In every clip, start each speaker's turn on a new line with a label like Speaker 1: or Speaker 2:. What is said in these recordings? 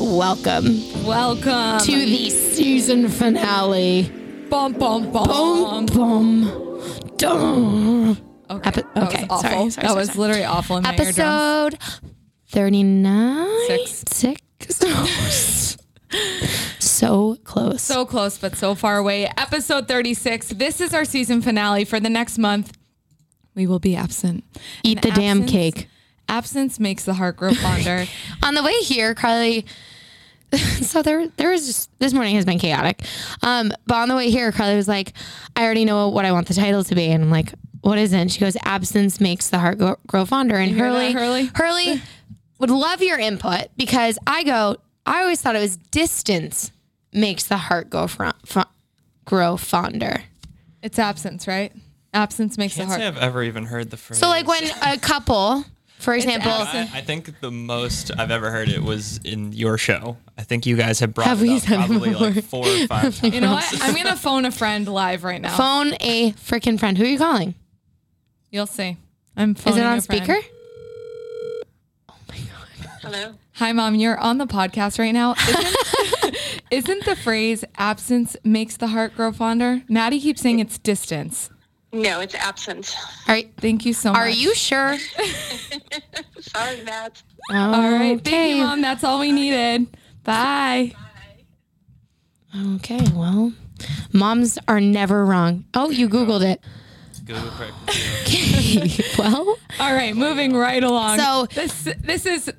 Speaker 1: welcome
Speaker 2: Welcome
Speaker 1: to the season finale.
Speaker 2: Bum bum
Speaker 1: Boom,
Speaker 2: bum.
Speaker 1: boom, dum.
Speaker 2: Okay,
Speaker 1: Epi-
Speaker 2: that
Speaker 1: okay,
Speaker 2: was awful.
Speaker 1: sorry, sorry,
Speaker 2: that
Speaker 1: sorry,
Speaker 2: was
Speaker 1: sorry.
Speaker 2: literally awful. In my eardrums.
Speaker 1: Episode 39.
Speaker 2: Six.
Speaker 1: Six. so close.
Speaker 2: So close, but so far away. Episode 36. This is our season finale for the next month. We will be absent.
Speaker 1: Eat the
Speaker 2: And
Speaker 1: damn
Speaker 2: absence-
Speaker 1: cake.
Speaker 2: Absence makes the heart grow fonder.
Speaker 1: on the way here, Carly. So there, there was just this morning has been chaotic. Um, but on the way here, Carly was like, "I already know what I want the title to be," and I'm like, "What is it?" And she goes, "Absence makes the heart go- grow fonder." And
Speaker 2: hear
Speaker 1: Hurley,
Speaker 2: that, Hurley?
Speaker 1: Hurley would love your input because I go, I always thought it was distance makes the heart go fro- fo- grow fonder.
Speaker 2: it's absence, right? Absence makes
Speaker 3: Can't
Speaker 2: the
Speaker 3: say
Speaker 2: heart.
Speaker 3: I've ever even heard the phrase.
Speaker 1: So like when a couple, for example,
Speaker 2: absent.
Speaker 3: I, I think the most I've ever heard it was in your show. I think you guys have brought
Speaker 1: Have
Speaker 3: it
Speaker 1: we
Speaker 3: up
Speaker 1: said it
Speaker 3: probably
Speaker 1: before?
Speaker 3: like four or five times.
Speaker 2: You know what? I'm gonna phone a friend live right now.
Speaker 1: phone a freaking friend. Who are you calling?
Speaker 2: You'll see. I'm
Speaker 1: Is
Speaker 2: phoning
Speaker 1: it on
Speaker 2: a friend.
Speaker 1: speaker?
Speaker 4: Hello.
Speaker 2: Hi, mom. You're on the podcast right now. Isn't, isn't the phrase "absence makes the heart grow fonder"? Maddie keeps saying it's distance.
Speaker 4: No, it's absent.
Speaker 1: All right.
Speaker 2: Thank you so much.
Speaker 1: Are you sure?
Speaker 4: Sorry, Matt.
Speaker 2: All right. Thank you, mom. That's all we needed. Bye.
Speaker 1: Okay, well, moms are never wrong. Oh, you Googled it.
Speaker 3: Google correct.
Speaker 1: well,
Speaker 2: All right, moving right along.
Speaker 1: So-
Speaker 2: this this is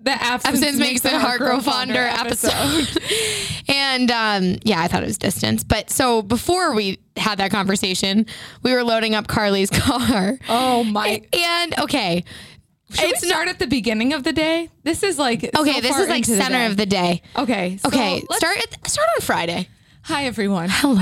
Speaker 2: the absence,
Speaker 1: absence makes the heart grow fonder episode. and um, yeah, I thought it was distance. But so before we had that conversation, we were loading up Carly's car.
Speaker 2: Oh my!
Speaker 1: And okay,
Speaker 2: Should we start at the beginning of the day? This is like
Speaker 1: okay, this is like center of the day.
Speaker 2: day. okay. so
Speaker 1: Okay,
Speaker 2: let's-
Speaker 1: start at, start on Friday.
Speaker 2: Hi everyone.
Speaker 1: Hello,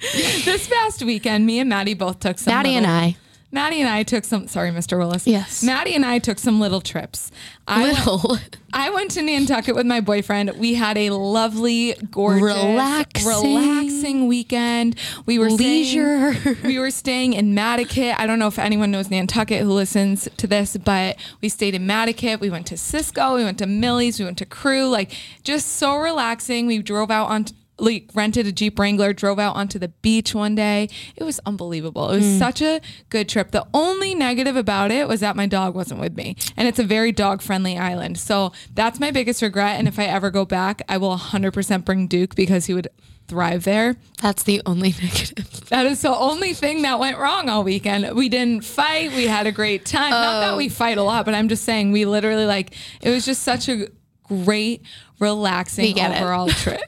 Speaker 2: this past weekend, me and Maddie both took some.
Speaker 1: Maddie and
Speaker 2: little-
Speaker 1: I.
Speaker 2: Maddie and I took some. Sorry, Mr. Willis.
Speaker 1: Yes.
Speaker 2: Maddie and I took some little trips. I went-
Speaker 1: Little.
Speaker 2: I went to Nantucket with my boyfriend. We had a lovely, gorgeous,
Speaker 1: Relaxing.
Speaker 2: relaxing weekend. We were
Speaker 1: Leisure.
Speaker 2: Staying, we were staying in Matticat. I don't know if anyone knows Nantucket who listens to this, but we stayed in Matticat. We went to Cisco. We went to Millie's. We went to Crew. Like just so relaxing. We drove out on. Like rented a Jeep Wrangler, drove out onto the beach one day. It was unbelievable. It was such a good trip. The only negative about it was that my dog wasn't with me, and it's a very dog friendly island. So that's my biggest regret. And if I ever go back, I will 100% bring Duke because he would thrive there.
Speaker 1: That's the only negative.
Speaker 2: That is the only thing that went wrong all weekend. We didn't fight. We had a great time. Not that
Speaker 1: Oh.
Speaker 2: we fight a lot, but I'm just saying we literally like it was just such a great,
Speaker 1: We
Speaker 2: relaxing
Speaker 1: get it.
Speaker 2: overall trip.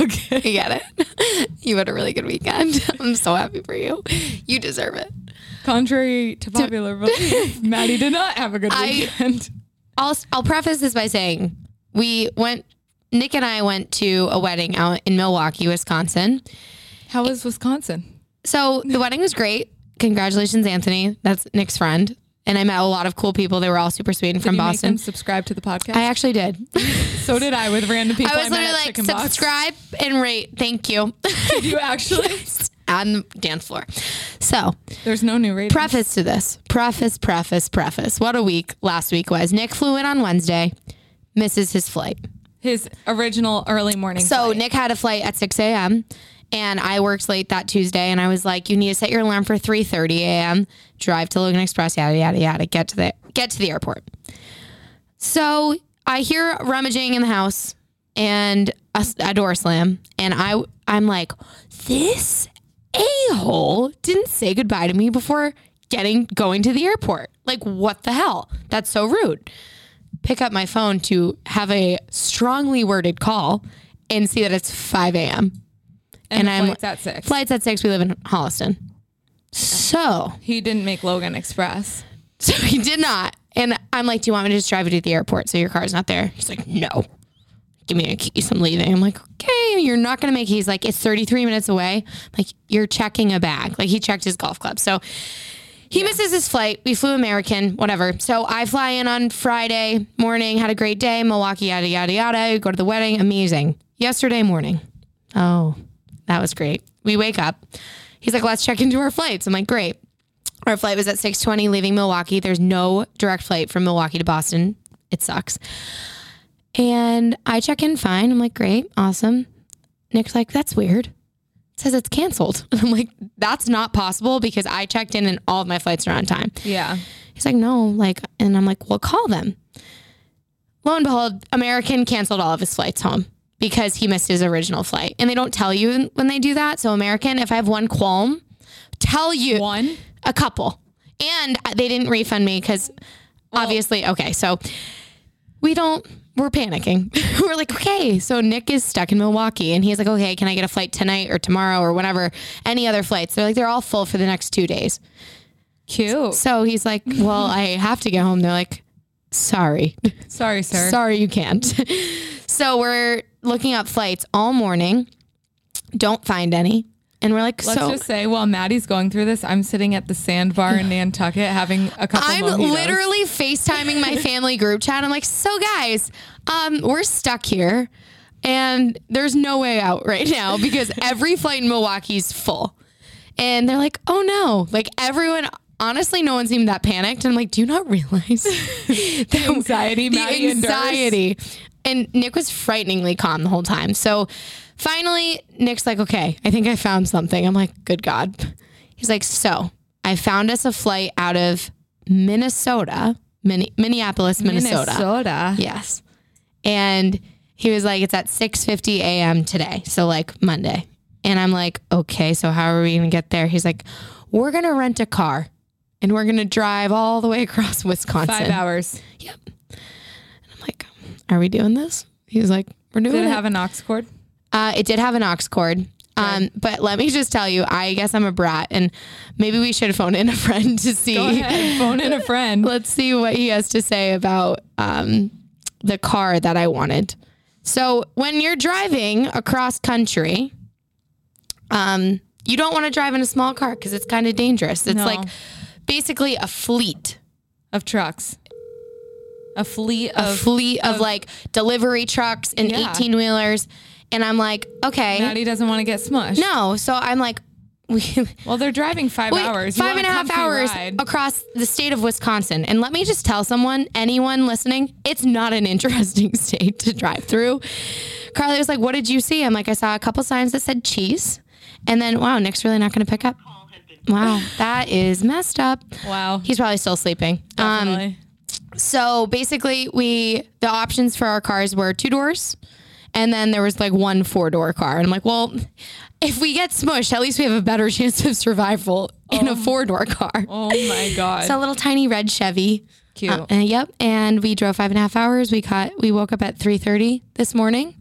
Speaker 1: I get it. You had a really good weekend. I'm so happy for you. You deserve it.
Speaker 2: Contrary to popular belief, Maddie did not have a good
Speaker 1: I-
Speaker 2: weekend.
Speaker 1: I'll I'll preface this by saying we went. Nick and I went to a wedding out in Milwaukee, Wisconsin.
Speaker 2: How was Wisconsin?
Speaker 1: So the wedding was great. Congratulations, Anthony. That's Nick's friend, and I met a lot of cool people. They were all super sweet and from
Speaker 2: Did you make them
Speaker 1: Boston.
Speaker 2: subscribe to the podcast.
Speaker 1: I actually did.
Speaker 2: so did I with random people.
Speaker 1: I
Speaker 2: I
Speaker 1: was
Speaker 2: met
Speaker 1: literally
Speaker 2: at
Speaker 1: like,
Speaker 2: Chicken Box.
Speaker 1: subscribe and rate. Thank you.
Speaker 2: Did you actually?
Speaker 1: On the dance floor. So
Speaker 2: There's no new rating.
Speaker 1: preface to this preface preface preface what a week last week was nick flew in on wednesday misses his flight
Speaker 2: His original early morning.
Speaker 1: so
Speaker 2: flight.
Speaker 1: nick had a flight at 6 a.m and i worked late that tuesday and i was like you need to set your alarm for 3.30 a.m drive to logan express yada yada yada get to the get to the airport so i hear rummaging in the house and a, s- a door slam and i i'm like this a-hole didn't say goodbye to me before getting going to the airport like what the hell that's so rude pick up my phone to have a strongly worded call and see that it's 5 a.m
Speaker 2: and,
Speaker 1: and I'm-
Speaker 2: flight's at six.
Speaker 1: flights at 6 we live in holliston so
Speaker 2: He didn't make Logan Express.
Speaker 1: so he did not and i'm like do you want me to just drive you to the airport so your car's not there he's like no give me your keys i'm leaving i'm like okay you're not gonna make it." he's like it's 33 minutes away I'm like you're checking a bag like he checked his golf club so he misses his flight. We flew American, whatever. So I fly in on Friday morning, had a great day, Milwaukee, yada, yada, yada. Go to the wedding, amazing. Yesterday morning, oh, that was great. We wake up. He's like, let's check into our flights. I'm like, great. Our flight was at 6.20 leaving Milwaukee. There's no direct flight from Milwaukee to Boston. It sucks. And I check in fine. I'm like, great, awesome. Nick's like, that's weird. It says it's canceled. And I'm like, that's not possible because I checked in and all of my flights are on time.
Speaker 2: Yeah.
Speaker 1: He's like, no, like, and I'm like, well, call them. Lo and behold, American canceled all of his flights home because he missed his original flight. And they don't tell you when they do that. So, American, if I have one qualm, tell you
Speaker 2: One.
Speaker 1: a couple. And they didn't refund me because obviously, okay, so we don't, we're panicking. we're like, okay, so Nick is stuck in Milwaukee and he's like, okay, can I get a flight tonight or tomorrow or whenever? Any other flights? They're like, they're all full for the next two days.
Speaker 2: Cute.
Speaker 1: So he's like, well, I have to get home. They're like, sorry,
Speaker 2: Sorry, sir.
Speaker 1: sorry, you can't. so we're looking up flights all morning, don't find any. And we're like,
Speaker 2: Let's
Speaker 1: so
Speaker 2: just say while Maddie's going through this, I'm sitting at the sandbar in Nantucket having a couple
Speaker 1: I'm
Speaker 2: mojitos.
Speaker 1: literally FaceTiming my family group chat. I'm like, so guys, um, we're stuck here and there's no way out right now because every flight in Milwaukee's full. And they're like, oh no. Like everyone, honestly, no one seemed that panicked. And I'm like, do you not realize the
Speaker 2: anxiety
Speaker 1: The
Speaker 2: Maddie endures.
Speaker 1: anxiety. And Nick was frighteningly calm the whole time. So finally, Nick's like, okay, I think I found something. I'm like, good God. He's like, so I found us a flight out of Minnesota, Min- Minneapolis, Minnesota.
Speaker 2: Minnesota.
Speaker 1: Yes. And he was like, it's at 6.50 a.m. today. So like Monday. And I'm like, okay, so how are we going to get there? He's like, we're going to rent a car and we're going to drive all the way across Wisconsin.
Speaker 2: Five hours.
Speaker 1: I'm like, are we doing this? He's like, we're doing
Speaker 2: Did it
Speaker 1: it.
Speaker 2: have an ox cord?
Speaker 1: Uh, it did have an aux cord. Um, but let me just tell you, I guess I'm a brat, and maybe we should phone in a friend to see.
Speaker 2: Go ahead. Phone in a friend.
Speaker 1: Let's see what he has to say about um, the car that I wanted. So when you're driving across country, um, you don't want to drive in a small car because it's kind of dangerous. It's
Speaker 2: No.
Speaker 1: like basically a fleet,
Speaker 2: of trucks. A fleet
Speaker 1: a
Speaker 2: of.
Speaker 1: fleet of, like delivery trucks and
Speaker 2: Yeah. e-,
Speaker 1: 18 wheelers. And I'm like, okay,
Speaker 2: Maddie doesn't want to get smushed.
Speaker 1: no. So I'm like, we,
Speaker 2: Well, they're driving five
Speaker 1: Wait,
Speaker 2: hours. You
Speaker 1: Five and
Speaker 2: want
Speaker 1: a half
Speaker 2: comfy
Speaker 1: hours
Speaker 2: ride.
Speaker 1: across the state of Wisconsin. And let me just tell someone, anyone listening, it's not an interesting state to drive through. Carly was like, What did you see? I'm like, I saw a couple signs that said cheese. And then, wow, Nick's really not going to pick up. Wow, that is messed up.
Speaker 2: Wow.
Speaker 1: He's probably still sleeping. Um,
Speaker 2: Definitely.
Speaker 1: so basically, we the options for our cars were two doors, and then there was like one four door car. And I'm like, well, if we get smushed, at least we have a better chance of survival in a four door car.
Speaker 2: oh my God.
Speaker 1: It's a little tiny red Chevy.
Speaker 2: Cute.
Speaker 1: Uh, yep. And we drove five and a half hours. We caught. We woke up at three thirty this morning,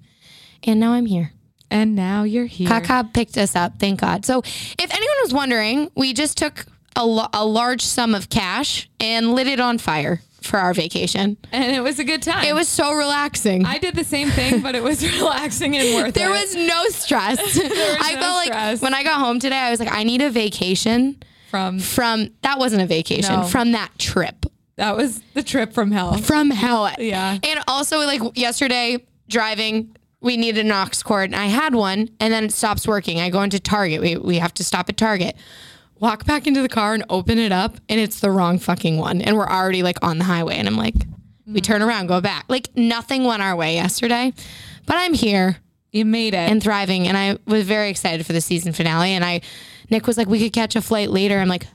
Speaker 1: and now I'm here.
Speaker 2: and now you're here.
Speaker 1: Kaka picked us up. Thank God. So, if anyone was wondering, we just took a, lo- a large sum of cash and lit it on fire for our vacation.
Speaker 2: And it was a good time.
Speaker 1: It was so relaxing.
Speaker 2: I did the same thing, but it was relaxing and worth
Speaker 1: there
Speaker 2: it.
Speaker 1: was no stress. I
Speaker 2: no
Speaker 1: felt like
Speaker 2: stress.
Speaker 1: when I got home today, I was like, I need a vacation
Speaker 2: from
Speaker 1: from that wasn't a vacation
Speaker 2: No.
Speaker 1: from that trip
Speaker 2: that was the trip from hell.
Speaker 1: from hell.
Speaker 2: Yeah.
Speaker 1: And also, like yesterday, driving, we needed an aux cord, and I had one, and then it stops working. I go into Target. We we have to stop at Target. Walk back into the car and open it up, and it's the wrong fucking one. And we're already like on the highway, and I'm like,
Speaker 2: Mm.
Speaker 1: we turn around, go back. Like nothing went our way yesterday, but I'm here
Speaker 2: You made it.
Speaker 1: and thriving. And I was very excited for the season finale. And I, Nick was like, we could catch a flight later. I'm like,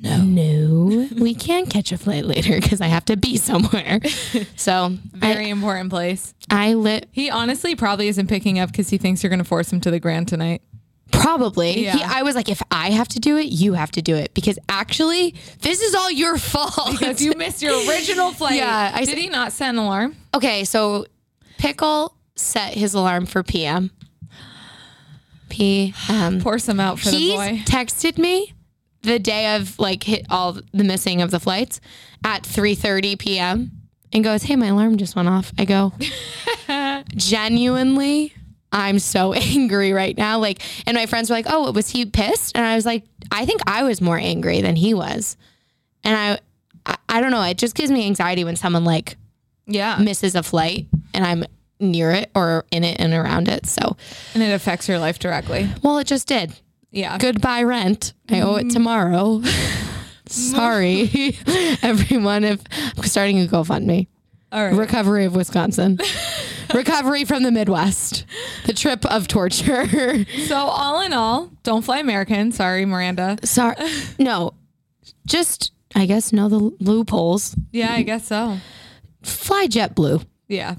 Speaker 1: no, no, we can't catch a flight later because I have to be somewhere. So
Speaker 2: Very important place.
Speaker 1: I, I lit
Speaker 2: He honestly probably isn't picking up because he thinks you're going to force him to the Grand tonight.
Speaker 1: probably.
Speaker 2: Yeah.
Speaker 1: He, I was like, if I have to do it, you have to do it because actually, this is all your fault.
Speaker 2: Because you missed your original flight.
Speaker 1: Yeah, I
Speaker 2: did he not set an alarm?
Speaker 1: okay, so Pickle set his alarm for PM. PM.
Speaker 2: Pour some out for
Speaker 1: He
Speaker 2: the boy.
Speaker 1: texted me the day of like hit all the missing of the flights at 3:30 p.m. and goes, "Hey, my alarm just went off." I go, "Genuinely, I'm so angry right now." Like, and my friends were like, "Oh, was he pissed?" And I was like, "I think I was more angry than he was." And I I, I don't know, it just gives me anxiety when someone like
Speaker 2: Yeah,
Speaker 1: misses a flight and I'm near it or in it and around it. So,
Speaker 2: and it affects your life directly.
Speaker 1: well, it just did
Speaker 2: Yeah.
Speaker 1: goodbye rent. I owe it tomorrow. Sorry, everyone. If I'm starting a GoFundMe,
Speaker 2: All right.
Speaker 1: Recovery of Wisconsin. Recovery from the Midwest. The trip of torture.
Speaker 2: So all in all, don't fly American. Sorry, Miranda.
Speaker 1: Sorry. No. Just I guess know the loopholes.
Speaker 2: Yeah, I guess so.
Speaker 1: Fly JetBlue.
Speaker 2: Yeah.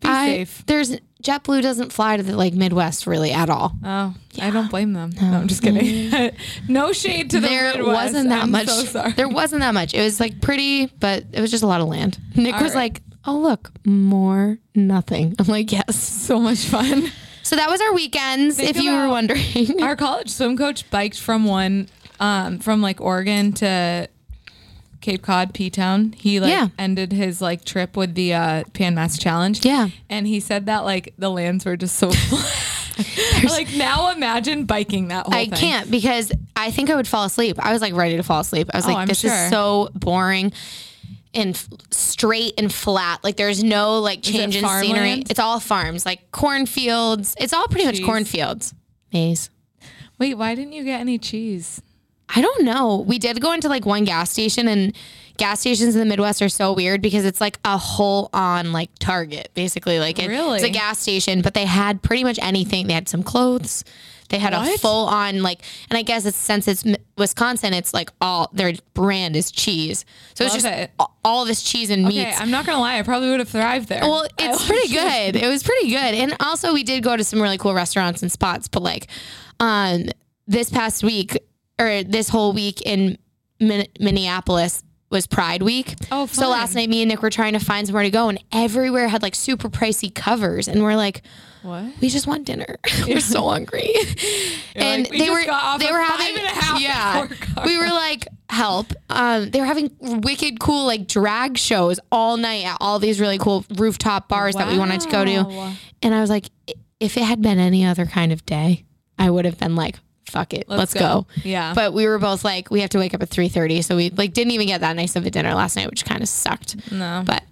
Speaker 2: Be
Speaker 1: I,
Speaker 2: safe.
Speaker 1: There's JetBlue doesn't fly to the like Midwest really at all.
Speaker 2: Oh, I don't blame them. No, I'm just kidding. no shade to the
Speaker 1: there
Speaker 2: Midwest.
Speaker 1: wasn't that
Speaker 2: I'm
Speaker 1: much.
Speaker 2: So sorry.
Speaker 1: There wasn't that much. It was like pretty, but it was just a lot of land. Nick
Speaker 2: All
Speaker 1: was
Speaker 2: right.
Speaker 1: like, "Oh look, more nothing." I'm like, "Yes."
Speaker 2: so much fun.
Speaker 1: So that was our weekends,
Speaker 2: Think
Speaker 1: if you were
Speaker 2: about-
Speaker 1: wondering.
Speaker 2: Our college swim coach biked from one, um, from like Oregon to Cape Cod, P Town. He like
Speaker 1: Yeah.
Speaker 2: ended his like trip with the uh, Pan Mass Challenge.
Speaker 1: Yeah.
Speaker 2: and he said that like the lands were just so. flat. like now, imagine biking that whole
Speaker 1: I
Speaker 2: thing.
Speaker 1: can't because I think I would fall asleep. I was like ready to fall asleep. I was like,
Speaker 2: I'm
Speaker 1: "This
Speaker 2: sure.
Speaker 1: is so boring." And f- straight and flat, like there's no like change in scenery.
Speaker 2: farmland?
Speaker 1: It's all farms, like cornfields. It's all pretty much
Speaker 2: Cheese.
Speaker 1: cornfields, maize.
Speaker 2: Wait, why didn't you get any cheese?
Speaker 1: I don't know. We did go into like one gas station and gas stations in the Midwest are so weird because it's like a whole on like Target basically. Like it- it's a
Speaker 2: Really?
Speaker 1: gas station, but they had pretty much anything. They had some clothes. They had a
Speaker 2: What?
Speaker 1: full on like, and I guess it's since it's M- Wisconsin, it's like all their brand is cheese. So it's
Speaker 2: Love
Speaker 1: just
Speaker 2: it.
Speaker 1: a- all this cheese and
Speaker 2: Okay,
Speaker 1: meats.
Speaker 2: I'm not gonna lie. I probably would have thrived there.
Speaker 1: Well, it's pretty good. It was pretty good. And also we did go to some really cool restaurants and spots, but like um this past week or this whole week in Min- Minneapolis was Pride Week.
Speaker 2: Oh,
Speaker 1: So
Speaker 2: fun.
Speaker 1: last night me and Nick were trying to find somewhere to go and everywhere had like super pricey covers and we're like
Speaker 2: What?
Speaker 1: we just want dinner. we're so hungry. and
Speaker 2: like, "We
Speaker 1: they
Speaker 2: just
Speaker 1: were
Speaker 2: got off
Speaker 1: they
Speaker 2: a
Speaker 1: were
Speaker 2: five
Speaker 1: having
Speaker 2: and a half
Speaker 1: yeah.
Speaker 2: hour car
Speaker 1: We were like help. Um, they were having wicked cool like drag shows all night at all these really cool rooftop bars that we wanted to go to.
Speaker 2: Wow.
Speaker 1: And I was like, "I- if it had been any other kind of day, I would have been like, fuck it, let's,
Speaker 2: Let's
Speaker 1: go.
Speaker 2: go. Yeah.
Speaker 1: But we were both like, we have to wake up at three thirty, so we like didn't even get that nice of a dinner last night, which kind of sucked.
Speaker 2: No.
Speaker 1: But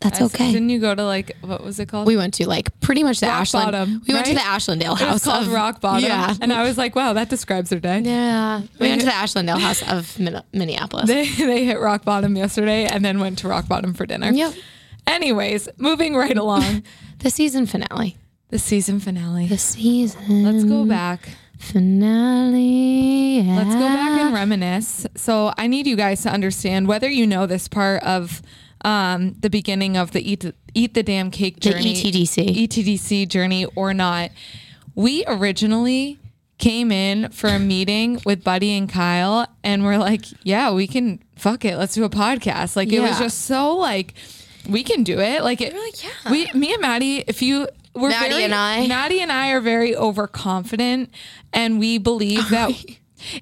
Speaker 1: that's
Speaker 2: I s-
Speaker 1: okay.
Speaker 2: Didn't you go to like what was it called?
Speaker 1: We went to like pretty much the
Speaker 2: Rock
Speaker 1: Ashland.
Speaker 2: bottom,
Speaker 1: we went to the
Speaker 2: right?
Speaker 1: Ashlandale
Speaker 2: it was
Speaker 1: house
Speaker 2: called
Speaker 1: of
Speaker 2: Rock Bottom.
Speaker 1: Yeah,
Speaker 2: And I was like, wow, that describes their day.
Speaker 1: yeah. We went to the Ashlandale house of Min- Minneapolis.
Speaker 2: They they hit rock bottom yesterday and then went to rock bottom for dinner.
Speaker 1: Yep.
Speaker 2: Anyways, moving right along.
Speaker 1: The season finale.
Speaker 2: the season finale. Mm-hmm.
Speaker 1: The season.
Speaker 2: Let's go back.
Speaker 1: Finale.
Speaker 2: Let's go back
Speaker 1: yeah.
Speaker 2: and reminisce. So I need you guys to understand whether you know this part of um, the beginning of the eat the, eat the damn cake
Speaker 1: The E
Speaker 2: journey, E
Speaker 1: ETDC.
Speaker 2: ETDC journey or not. We originally came in for a meeting with Buddy and Kyle, and we're like, yeah, we can fuck it. Let's do a podcast. Like it was
Speaker 1: Yeah.
Speaker 2: just so like we can do it. Like it.
Speaker 1: like, yeah.
Speaker 2: We, me and Maddie, if you. We're
Speaker 1: Maddie
Speaker 2: very,
Speaker 1: and I.
Speaker 2: Maddie and I are very overconfident, and we believe that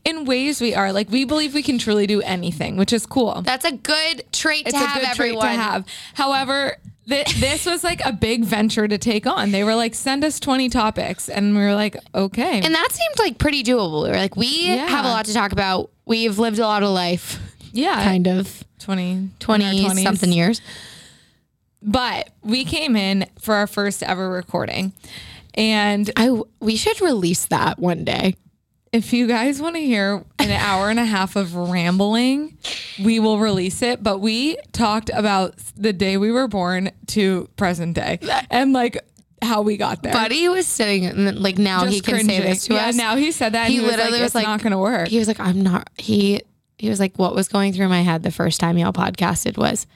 Speaker 2: in ways we are like we believe we can truly do anything, which is cool.
Speaker 1: That's a good trait
Speaker 2: it's
Speaker 1: to
Speaker 2: a
Speaker 1: have,
Speaker 2: good
Speaker 1: everyone.
Speaker 2: trait to have. However, th- this was like a big venture to take on. They were like, send us twenty topics, and we were like, okay.
Speaker 1: And that seemed like pretty doable. We were like, we
Speaker 2: Yeah.
Speaker 1: have a lot to talk about. We've lived a lot of life,
Speaker 2: yeah,
Speaker 1: kind of.
Speaker 2: 20,
Speaker 1: 20 something years.
Speaker 2: But we came in for our first ever recording. And
Speaker 1: I w- we should release that one day.
Speaker 2: if you guys want to hear an hour and a half of rambling, we will release it. But we talked about the day we were born to present day and like how we got there.
Speaker 1: Buddy was sitting, and then, like now
Speaker 2: Just
Speaker 1: he can say
Speaker 2: cringing.
Speaker 1: this to
Speaker 2: yeah,
Speaker 1: us.
Speaker 2: Now he said that. and
Speaker 1: he,
Speaker 2: He,
Speaker 1: literally was,
Speaker 2: it's
Speaker 1: like,
Speaker 2: "Not going to work."
Speaker 1: He was like, I'm not. He he was like, what was going through my head the first time y'all podcasted was,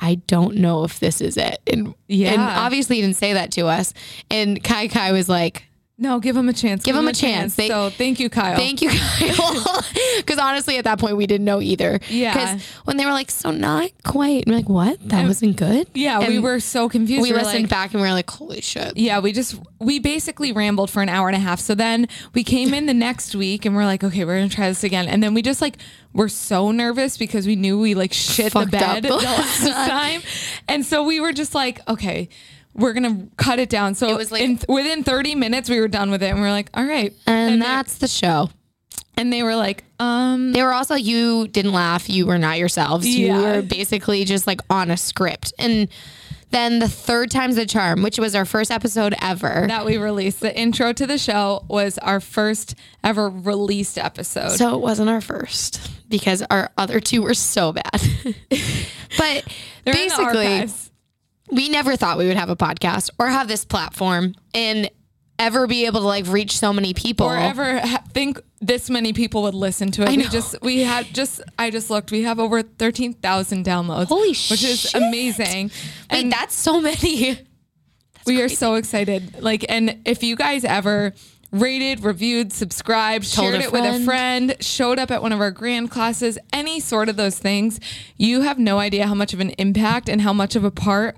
Speaker 1: I don't know if this is it. And
Speaker 2: Yeah.
Speaker 1: and obviously he didn't say that to us. And Kai Kai was like,
Speaker 2: no, give him a chance. Give,
Speaker 1: him a chance. They-
Speaker 2: so thank you, Kyle.
Speaker 1: Thank you, Kyle. Because honestly, at that point, we didn't know either.
Speaker 2: Yeah.
Speaker 1: Because when they were like, so not quite, and we're like, what? That wasn't good.
Speaker 2: yeah, we
Speaker 1: And
Speaker 2: were so confused.
Speaker 1: We
Speaker 2: were
Speaker 1: listened
Speaker 2: like,
Speaker 1: back and we were like, holy shit.
Speaker 2: Yeah, we just we basically rambled for an hour and a half. So then we came in the next week and we're like, okay, we're gonna try this again. And then we just like were so nervous because we knew we like shit
Speaker 1: Fucked
Speaker 2: the
Speaker 1: up
Speaker 2: bed
Speaker 1: the
Speaker 2: the last time, and so we were just like, okay. We're gonna cut it down. So it
Speaker 1: was like-
Speaker 2: in, within 30 minutes, we were done with it, and we were like, "All right."
Speaker 1: And,
Speaker 2: they-
Speaker 1: that's the show.
Speaker 2: and they were like, "Um,
Speaker 1: They were also like, you didn't laugh. You were not yourselves. You
Speaker 2: Yeah.
Speaker 1: were basically just like on a script. And Then the third time's the charm, which was our first episode ever.
Speaker 2: that we released. The intro to the show was our first ever released episode.
Speaker 1: So it wasn't our first because our other two were so bad. but
Speaker 2: They're in the
Speaker 1: basically,
Speaker 2: archives.
Speaker 1: we never thought we would have a podcast or have this platform and ever be able to like reach so many people.
Speaker 2: or ever ha- think this many people would listen to it. We
Speaker 1: know.
Speaker 2: just we had just I just looked. We have over thirteen thousand downloads.
Speaker 1: Holy
Speaker 2: Which is
Speaker 1: shit.
Speaker 2: amazing.
Speaker 1: Wait,
Speaker 2: and
Speaker 1: that's so many.
Speaker 2: we are so excited. Like, and if you guys ever rated, reviewed, subscribed,
Speaker 1: Told
Speaker 2: shared
Speaker 1: a
Speaker 2: it with
Speaker 1: friend.
Speaker 2: a friend, showed up at one of our grand classes, any sort of those things, you have no idea how much of an impact and how much of a part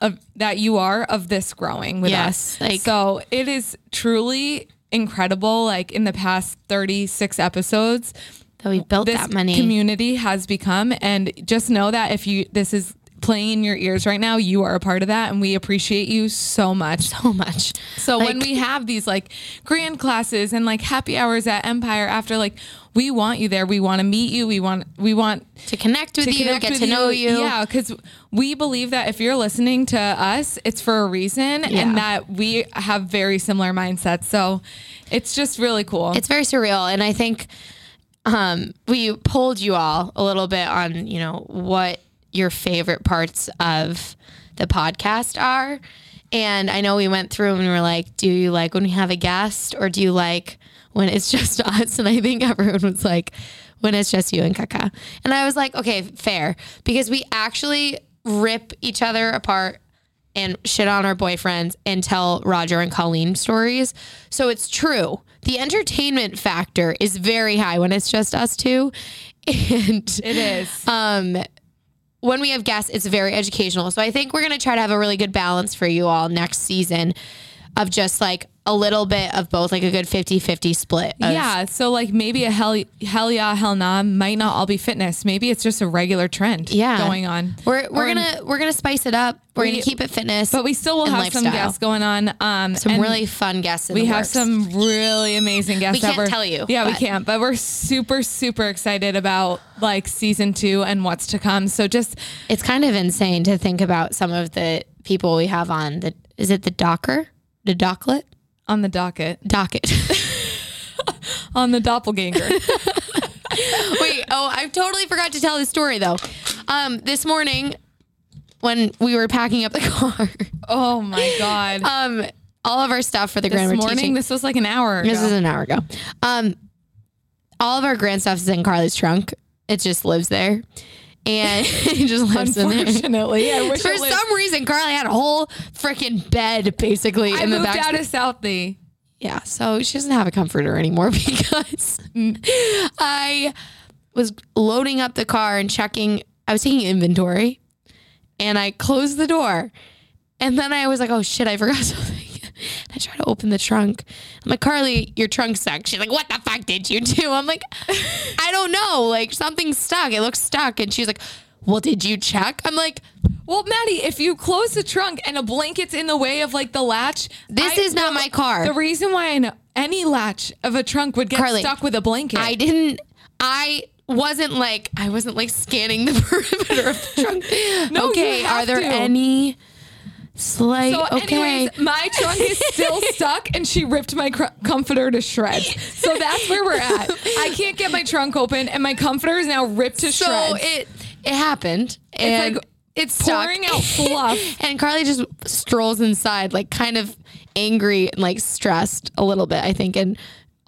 Speaker 2: of that you are of this growing with
Speaker 1: Yes,
Speaker 2: us.
Speaker 1: like-
Speaker 2: so it is truly incredible. Like in the past 36 episodes,
Speaker 1: That we built
Speaker 2: this
Speaker 1: that many.
Speaker 2: community has become and just know that if you this is playing in your ears right now you are a part of that and we appreciate you so much
Speaker 1: so much.
Speaker 2: so when
Speaker 1: Like-
Speaker 2: we have these like grand classes and like happy hours at empire after like we want you there we want to meet you we want we want
Speaker 1: To connect with
Speaker 2: to
Speaker 1: you,
Speaker 2: connect
Speaker 1: get
Speaker 2: with
Speaker 1: to know you.
Speaker 2: Yeah, because we believe that if you're listening to us, it's for a reason
Speaker 1: Yeah.
Speaker 2: and that we have very similar mindsets. So it's just really cool.
Speaker 1: It's very surreal. And I think um, we polled you all a little bit on, you know, what your favorite parts of the podcast are. And I know we went through and we were like, do you like when we have a guest or do you like when it's just us? And I think everyone was like, when it's just you and Kaka. And I was like, okay, fair. Because we actually rip each other apart and shit on our boyfriends and tell Roger and Colleen stories. So it's true. The entertainment factor is very high when it's just us two. And
Speaker 2: it is.
Speaker 1: when we have guests, it's very educational. So I think we're going to try to have a really good balance for you all next season of just like a little bit of both, like a good 50 50 split. of-
Speaker 2: Yeah, so like maybe a hell, hell yeah, hell nah might not all be fitness. Maybe it's just a regular trend
Speaker 1: Yeah.
Speaker 2: going on.
Speaker 1: We're, we're
Speaker 2: Or-
Speaker 1: gonna we're gonna spice it up. We're
Speaker 2: We-
Speaker 1: gonna keep it fitness,
Speaker 2: but we still will
Speaker 1: and
Speaker 2: have some
Speaker 1: lifestyle.
Speaker 2: guests going on. Um,
Speaker 1: some
Speaker 2: and
Speaker 1: really fun guests. In
Speaker 2: we
Speaker 1: the
Speaker 2: have
Speaker 1: works.
Speaker 2: some really amazing
Speaker 1: We
Speaker 2: guests.
Speaker 1: can't
Speaker 2: that we're-
Speaker 1: tell you,
Speaker 2: Yeah, we
Speaker 1: but-
Speaker 2: can't. But we're super, super excited about like season two and what's to come. So just
Speaker 1: It's kind of insane to think about some of the people we have on the is it the docker? The docklet?
Speaker 2: on the docket,
Speaker 1: Docket.
Speaker 2: on the doppelganger.
Speaker 1: Wait, oh, I totally forgot to tell this story though. Um, this morning when we were packing up the car,
Speaker 2: oh my god!
Speaker 1: um, all of our stuff for the
Speaker 2: this
Speaker 1: grammar
Speaker 2: morning,
Speaker 1: teaching.
Speaker 2: this was like an hour. Ago.
Speaker 1: This is an hour ago. Um, all of our grand stuff is in Carly's trunk. It just lives there. And it just lives in there.
Speaker 2: unfortunately. I wish
Speaker 1: For
Speaker 2: it lived-
Speaker 1: some reason, Carly had a whole freaking bed basically
Speaker 2: I
Speaker 1: in the
Speaker 2: moved
Speaker 1: back.
Speaker 2: out of Southie.
Speaker 1: Yeah, so she doesn't have a comforter anymore because I was loading up the car and checking. I was taking inventory and I closed the door. And then I was like, oh shit, I forgot something. And I tried to open the trunk. I'm like, Carly, your trunk stuck. She's like, what the fuck did you do? I'm like, I don't know. Like, something's stuck. It looks stuck. And she's like, well, did you check? I'm like,
Speaker 2: Well, Maddie, if you close the trunk and a blanket's in the way of like the latch,
Speaker 1: this
Speaker 2: I-
Speaker 1: is not my car.
Speaker 2: the reason why I know any latch of a trunk would get
Speaker 1: Carly,
Speaker 2: stuck with a blanket.
Speaker 1: I didn't. I wasn't like I wasn't like scanning the perimeter of the trunk.
Speaker 2: No, you
Speaker 1: okay,
Speaker 2: have
Speaker 1: are there
Speaker 2: to.
Speaker 1: any slight?
Speaker 2: so,
Speaker 1: okay,
Speaker 2: anyways, my trunk is still stuck, and she ripped my cr- comforter to shreds. So that's where we're at. I can't get my trunk open, and my comforter is now ripped to
Speaker 1: so
Speaker 2: shreds.
Speaker 1: it it happened, and
Speaker 2: like
Speaker 1: it's stuck.
Speaker 2: pouring out fluff.
Speaker 1: and Carly just strolls inside, like kind of angry and like stressed a little bit, I think, and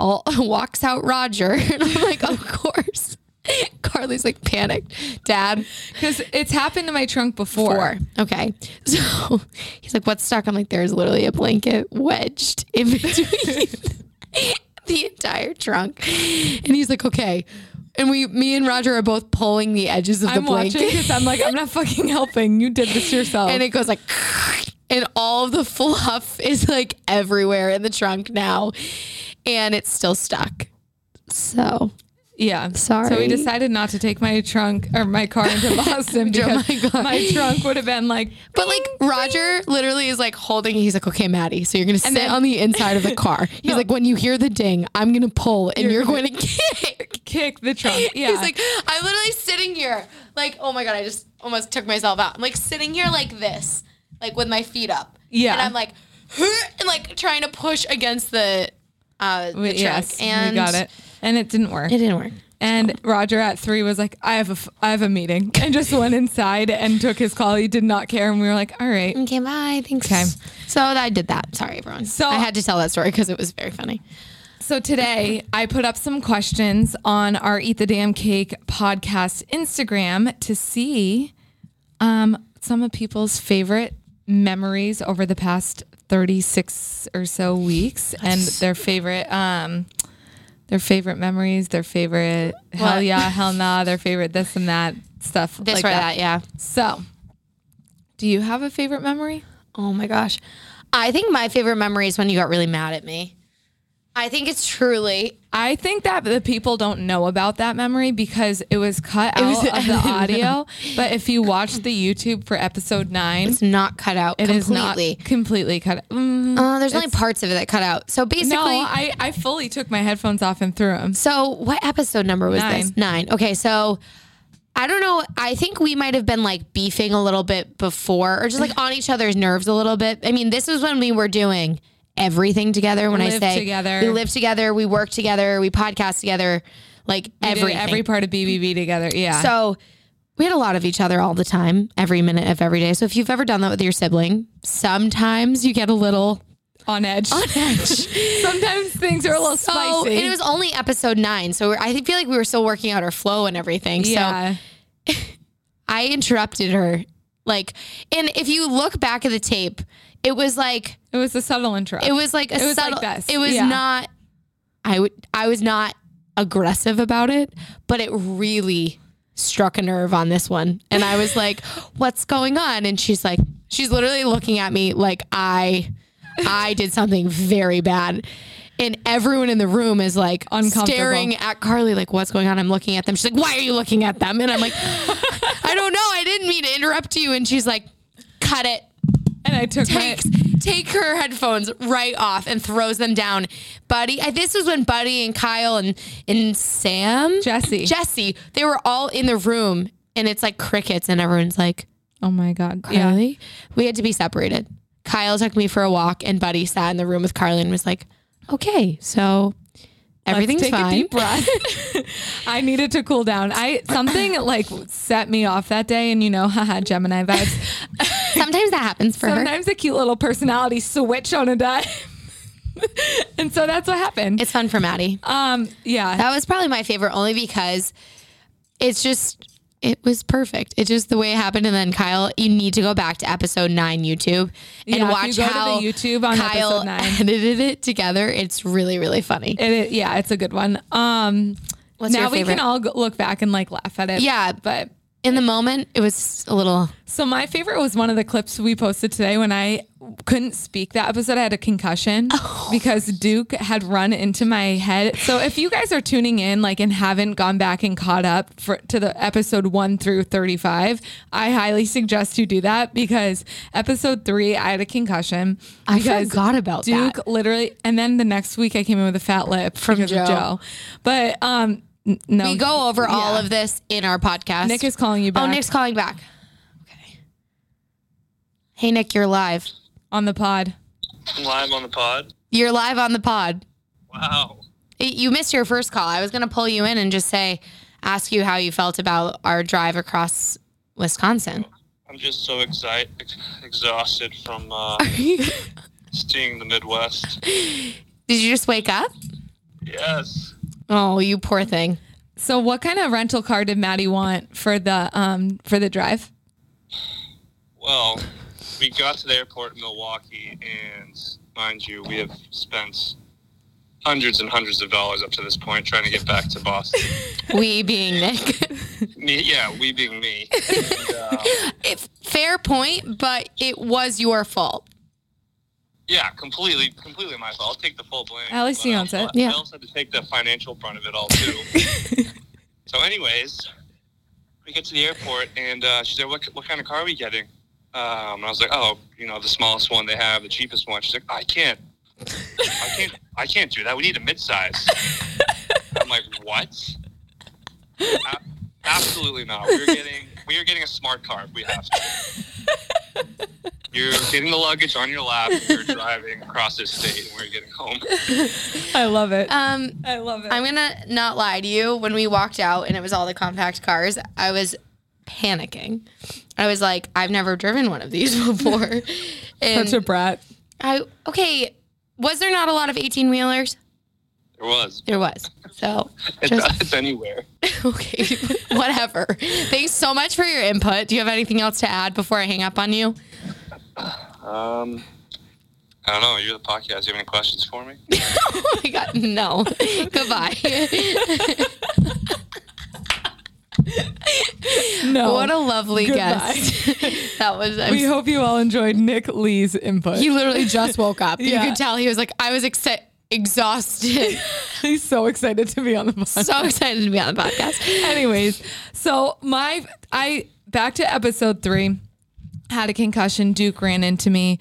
Speaker 1: all walks out Roger. And I'm like, of course. Carly's like panicked. Dad,
Speaker 2: Because it's happened to my trunk before.
Speaker 1: Four. Okay. So he's like, what's stuck? I'm like, there's literally a blanket wedged in between the entire trunk. And he's like, okay. And we, me and Roger are both pulling the edges of the
Speaker 2: I'm watching
Speaker 1: blanket.
Speaker 2: because I'm like, I'm not fucking helping. You did this yourself.
Speaker 1: And it goes like, and all of the fluff is like everywhere in the trunk now. And it's still stuck. So
Speaker 2: Yeah. So
Speaker 1: Sorry.
Speaker 2: we decided not to take my trunk or my car into Boston
Speaker 1: Drove
Speaker 2: because
Speaker 1: my car.
Speaker 2: my, trunk would have been like
Speaker 1: But like Roger literally is like holding. He's like, okay, Maddie. So you're gonna sit
Speaker 2: then-
Speaker 1: on the inside of the car. He's like, when you hear the ding, I'm gonna pull and you're, going to kick.
Speaker 2: kick the trunk. Yeah.
Speaker 1: He's like, I'm literally sitting here. Like, oh my god, I just almost took myself out. I'm like sitting here like this, like with my feet up.
Speaker 2: Yeah.
Speaker 1: And I'm like, and like trying to push against the, uh, the
Speaker 2: But
Speaker 1: truck.
Speaker 2: yes,
Speaker 1: and
Speaker 2: we got it, and it didn't work.
Speaker 1: It didn't work.
Speaker 2: and Roger at three was like, "I have a, f- I have a meeting," and just went inside and took his call. He did not care, and we were like, "All right."
Speaker 1: Okay, bye. Thanks.
Speaker 2: Okay.
Speaker 1: So I did that. Sorry, everyone.
Speaker 2: So-
Speaker 1: I had to tell that story because it was very funny.
Speaker 2: So today I put up some questions on our Eat the Damn Cake podcast Instagram to see um, some of people's favorite memories over the past 36 or so weeks and their favorite um, their favorite memories, their favorite hell
Speaker 1: What?
Speaker 2: yeah, hell nah, their favorite this and that stuff
Speaker 1: This
Speaker 2: like
Speaker 1: or
Speaker 2: that.
Speaker 1: that. Yeah.
Speaker 2: So, do you have a favorite memory?
Speaker 1: Oh my gosh. I think my favorite memory is when you got really mad at me. I think it's truly.
Speaker 2: I think that the people don't know about that memory because it was cut out
Speaker 1: was-
Speaker 2: of the audio. But if you watch the YouTube for episode nine,
Speaker 1: It's not cut out
Speaker 2: it is not
Speaker 1: completely.
Speaker 2: completely cut. Mm,
Speaker 1: uh, there's only parts of it that cut out. So basically,
Speaker 2: no, I, I fully took my headphones off and threw them.
Speaker 1: So what episode number was this? Nine. Okay, so I don't know. I think we might have been like beefing a little bit before, or just like on each other's nerves a little bit. I mean, this was when we were doing everything together. When I
Speaker 2: Lived
Speaker 1: say
Speaker 2: together.
Speaker 1: we live together, we work together, we podcast together, like
Speaker 2: Every
Speaker 1: everything.
Speaker 2: every part of BBB together. Yeah.
Speaker 1: So we had a lot of each other all the time, every minute of every day. So if you've ever done that with your sibling, sometimes you get a little
Speaker 2: on edge. Sometimes things are a little
Speaker 1: Oh,
Speaker 2: spicy.
Speaker 1: and it was only episode nine, so we're, I feel like we were still working out our flow and everything. So
Speaker 2: yeah.
Speaker 1: I interrupted her, like, and if you look back at the tape, it was like
Speaker 2: it was a subtle interrupt.
Speaker 1: it was like a
Speaker 2: It was like
Speaker 1: subtle.
Speaker 2: this,
Speaker 1: It was
Speaker 2: yeah.
Speaker 1: not. I would. I was not aggressive about it, but it really struck a nerve on this one, and I was like, "What's going on?" And she's like, she's literally looking at me like I, I did something very bad. And everyone in the room is like
Speaker 2: Uncomfortable.
Speaker 1: staring at Carly, like, what's going on? I'm looking at them. She's like, why are you looking at them? And I'm like, I don't know. I didn't mean to interrupt you. And she's like, cut it
Speaker 2: and I took
Speaker 1: takes
Speaker 2: my
Speaker 1: take her headphones right off and throws them down. Buddy, I, this was when Buddy and Kyle and and Sam,
Speaker 2: Jesse.
Speaker 1: Jesse, they were all in the room, and it's like crickets, and everyone's like,
Speaker 2: Oh my god. Yeah.
Speaker 1: "Really?" We had to be separated. Kyle took me for a walk, and Buddy sat in the room with Carly and was like, "Okay, so." Everything's
Speaker 2: Let's take
Speaker 1: fine.
Speaker 2: A deep breath. I needed to cool down. I something like set me off that day, and you know, haha, Gemini vibes.
Speaker 1: Sometimes that happens for her.
Speaker 2: Sometimes a cute little personality switch on a dime, and so that's what happened.
Speaker 1: It's fun for Maddie.
Speaker 2: Um, yeah,
Speaker 1: That was probably my favorite only because it's just it was perfect. It's just the way it happened. And then Kyle, you need to go back to episode nine YouTube and
Speaker 2: Yeah, if you
Speaker 1: watch
Speaker 2: go to the
Speaker 1: how
Speaker 2: YouTube on
Speaker 1: Kyle
Speaker 2: episode nine.
Speaker 1: edited it together. It's really really funny.
Speaker 2: it, is- yeah, it's a good one. Um,
Speaker 1: What's
Speaker 2: now
Speaker 1: your
Speaker 2: we can
Speaker 1: favorite?
Speaker 2: all go, look back and like laugh at it.
Speaker 1: Yeah.
Speaker 2: but
Speaker 1: In the moment, it was a little.
Speaker 2: So my favorite was one of the clips we posted today when I couldn't speak that episode. I had a concussion
Speaker 1: Oh.
Speaker 2: because Duke had run into my head. So if you guys are tuning in like and haven't gone back and caught up for, to the episode 1 through 35, I highly suggest you do that because episode 3 I had a concussion.
Speaker 1: I
Speaker 2: because
Speaker 1: forgot about
Speaker 2: Duke
Speaker 1: that.
Speaker 2: literally and then the next week I came in with a fat lip from
Speaker 1: Joe.
Speaker 2: Joe. Joe. But um n- no
Speaker 1: We go over all
Speaker 2: yeah.
Speaker 1: of this in our podcast.
Speaker 2: Nick is calling you back
Speaker 1: Oh, Nick's calling back. Okay. Hey Nick, you're live.
Speaker 2: on the pod.
Speaker 5: I'm live on the pod.
Speaker 1: You're live on the pod.
Speaker 5: Wow.
Speaker 1: It- You missed your first call. I was going to pull you in and just say, ask you how you felt about our drive across Wisconsin.
Speaker 5: I'm just so excited, exhausted from uh,
Speaker 1: Did
Speaker 5: seeing the Midwest.
Speaker 1: you just wake up?
Speaker 5: Yes.
Speaker 1: Oh, you poor thing.
Speaker 2: So what kind of rental car did Maddie want for the um for the drive?
Speaker 5: Well, we got to the airport in Milwaukee, and mind you, we have spent hundreds and hundreds of dollars up to this point trying to get back to Boston.
Speaker 1: We being Nick.
Speaker 5: me, yeah, we being me. And, uh,
Speaker 1: If- fair point, but it was your fault.
Speaker 5: yeah, completely, completely my fault. I'll take the full blame.
Speaker 2: At least
Speaker 5: But
Speaker 2: he
Speaker 5: I
Speaker 2: owns it.
Speaker 5: also-
Speaker 1: Yeah.
Speaker 5: I also had to take the financial brunt of it all too. so, anyways, we get to the airport and uh, she said, "What what kind of car are we getting?" Um, and I was like, "Oh, you know, the smallest one they have, the cheapest one." She's like, "I can't, I can't, I can't do that. We need a midsize." I'm like, "What?" A- absolutely not. We're getting we are getting a smart car if we have to. You're getting the luggage on your lap. and You're driving across the state, and we're getting home.
Speaker 2: I love it.
Speaker 1: Um,
Speaker 2: I love it.
Speaker 1: I'm gonna not lie to you. When we walked out and it was all the compact cars, I was panicking. I was like, I've never driven one of these before. And
Speaker 2: such a brat.
Speaker 1: I okay. Was there not a lot of 18 wheelers?
Speaker 5: There was.
Speaker 1: There was. So
Speaker 5: It's,
Speaker 1: just
Speaker 5: it's anywhere.
Speaker 1: okay, whatever. Thanks so much for your input. Do you have anything else to add before I hang up on you?
Speaker 5: Um, I don't know. You're the podcast. You have any questions for me?
Speaker 1: Oh my god, no. Goodbye.
Speaker 2: No.
Speaker 1: What a lovely
Speaker 2: Oh, Goodbye.
Speaker 1: guest. that was. I'm
Speaker 2: we hope you all enjoyed Nick Lee's input.
Speaker 1: He literally just woke up.
Speaker 2: Yeah.
Speaker 1: You could tell he was like, I was exce- exhausted.
Speaker 2: He's so excited to be on the podcast.
Speaker 1: so excited to be on the podcast.
Speaker 2: Anyways, so my I back to episode three. Had a concussion. Duke ran into me.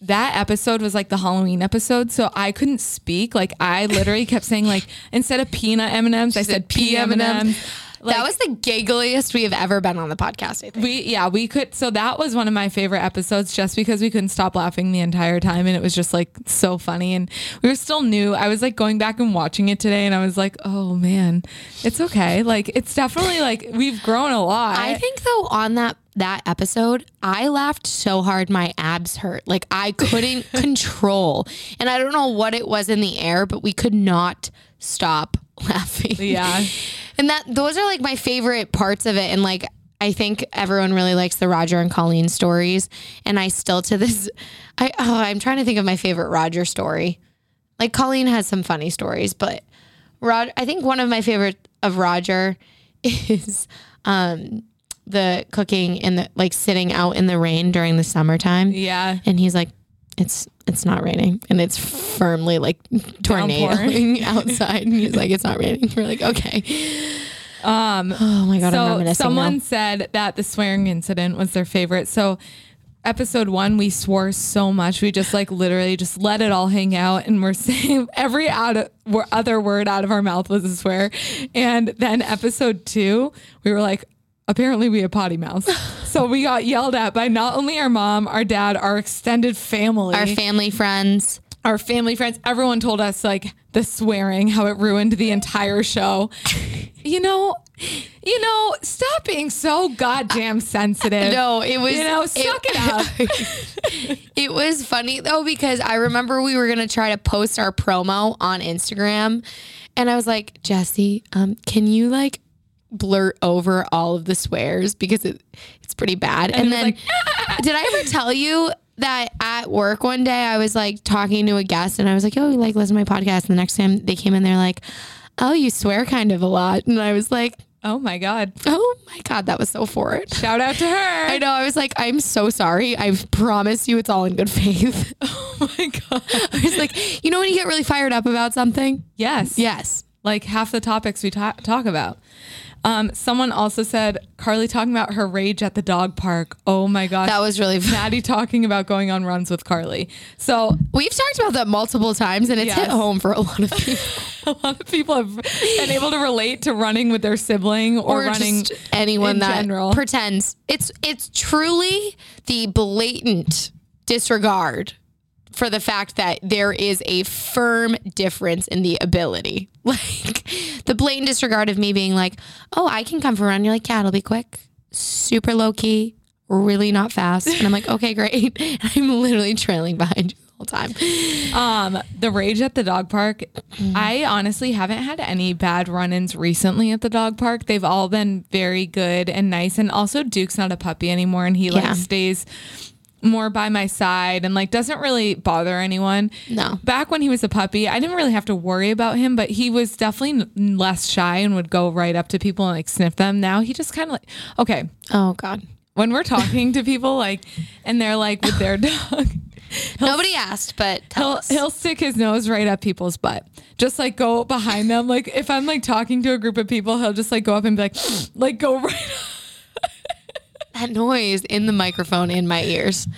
Speaker 2: That episode was like the Halloween episode, so I couldn't speak. Like I literally kept saying like instead of peanut M and M's, I said P M and M's.
Speaker 1: that was the giggliest we have ever been on the podcast. I think.
Speaker 2: We yeah we could so that was one of my favorite episodes just because we couldn't stop laughing the entire time and it was just like so funny and we were still new I was like going back and watching it today and I was like oh man it's okay like it's definitely like we've grown a lot
Speaker 1: I think though on that that episode, I laughed so hard my abs hurt. Like I couldn't control. And I don't know what it was in the air, but we could not stop laughing.
Speaker 2: Yeah.
Speaker 1: And that those are like my favorite parts of it and like I think everyone really likes the Roger and Colleen stories and I still to this I oh, I'm trying to think of my favorite Roger story. Like Colleen has some funny stories, but Rod I think one of my favorite of Roger is um the cooking and the like sitting out in the rain during the summertime.
Speaker 2: yeah
Speaker 1: And he's like, It's it's not raining and it's firmly like tornadoing outside. And he's like, It's not raining. We're like, Okay.
Speaker 2: um
Speaker 1: Oh my god, I'm
Speaker 2: so
Speaker 1: reminiscing.
Speaker 2: someone
Speaker 1: now.
Speaker 2: said that the swearing incident was their favorite so episode one we swore so much we just like literally just let it all hang out and we're saying every out of, wor- other word out of our mouth was a swear and then episode two we were like apparently we a potty mouth so we got yelled at by not only our mom our dad our extended family
Speaker 1: our family friends.
Speaker 2: our family friends everyone told us like the swearing how it ruined the entire show you know you know stop being so goddamn sensitive
Speaker 1: No, it was
Speaker 2: you know suck it, up
Speaker 1: It was funny though because I remember we were gonna try to post our promo on Instagram, and I was like, Jesse, um, can you like blurt over all of the swears because it, it's pretty bad. And, then, did I ever tell you? That at work one day, I was like talking to a guest, and I was like, "Oh, like listen to my podcast." And the next time they came in, they're like, "Oh, you swear kind of a lot," and I was like,
Speaker 2: oh my god
Speaker 1: "Oh my god, that was so forward."
Speaker 2: shout out to her
Speaker 1: I know. I was like, I'm so sorry. I promise you it's all in good faith.
Speaker 2: oh my
Speaker 1: I
Speaker 2: god
Speaker 1: was like, you know when you get really fired up about something?
Speaker 2: yes
Speaker 1: Yes.
Speaker 2: like half the topics we ta- talk about um, someone also said carly talking about her rage at the dog park oh my god
Speaker 1: That was really fun.
Speaker 2: maddie talking about going on runs with carly so
Speaker 1: We've talked about that multiple times and it's
Speaker 2: Yes.
Speaker 1: hit home for a lot of people.
Speaker 2: a lot of people have been able to relate to running with their sibling or,
Speaker 1: Or
Speaker 2: running
Speaker 1: just anyone
Speaker 2: in
Speaker 1: that
Speaker 2: general.
Speaker 1: pretends. It's it's truly the blatant disregard for the fact that there is a firm difference in the ability. Like the blatant disregard of me being like, oh, I can come for a run. You're like, yeah, it'll be quick, super low key, really not fast. And I'm like, okay, great. And I'm literally trailing behind you the whole time.
Speaker 2: um the rage at the dog park.
Speaker 1: Mm-hmm.
Speaker 2: I honestly haven't had any bad run-ins recently at the dog park. They've all been very good and nice and also Duke's not a puppy anymore and he
Speaker 1: Yeah.
Speaker 2: like stays more by my side and like doesn't really bother anyone.
Speaker 1: No.
Speaker 2: Back when he was a puppy, I didn't really have to worry about him, but he was definitely n- less shy and would go right up to people and like sniff them. Now he just kind of like okay,
Speaker 1: Oh God.
Speaker 2: when we're talking to people like and they're like with their dog
Speaker 1: Nobody asked, but tell
Speaker 2: he'll
Speaker 1: us.
Speaker 2: he'll stick his nose right up people's butt just like go behind them like if i'm like talking to a group of people he'll just like go up and be like like go right
Speaker 1: that noise in the microphone in my ears.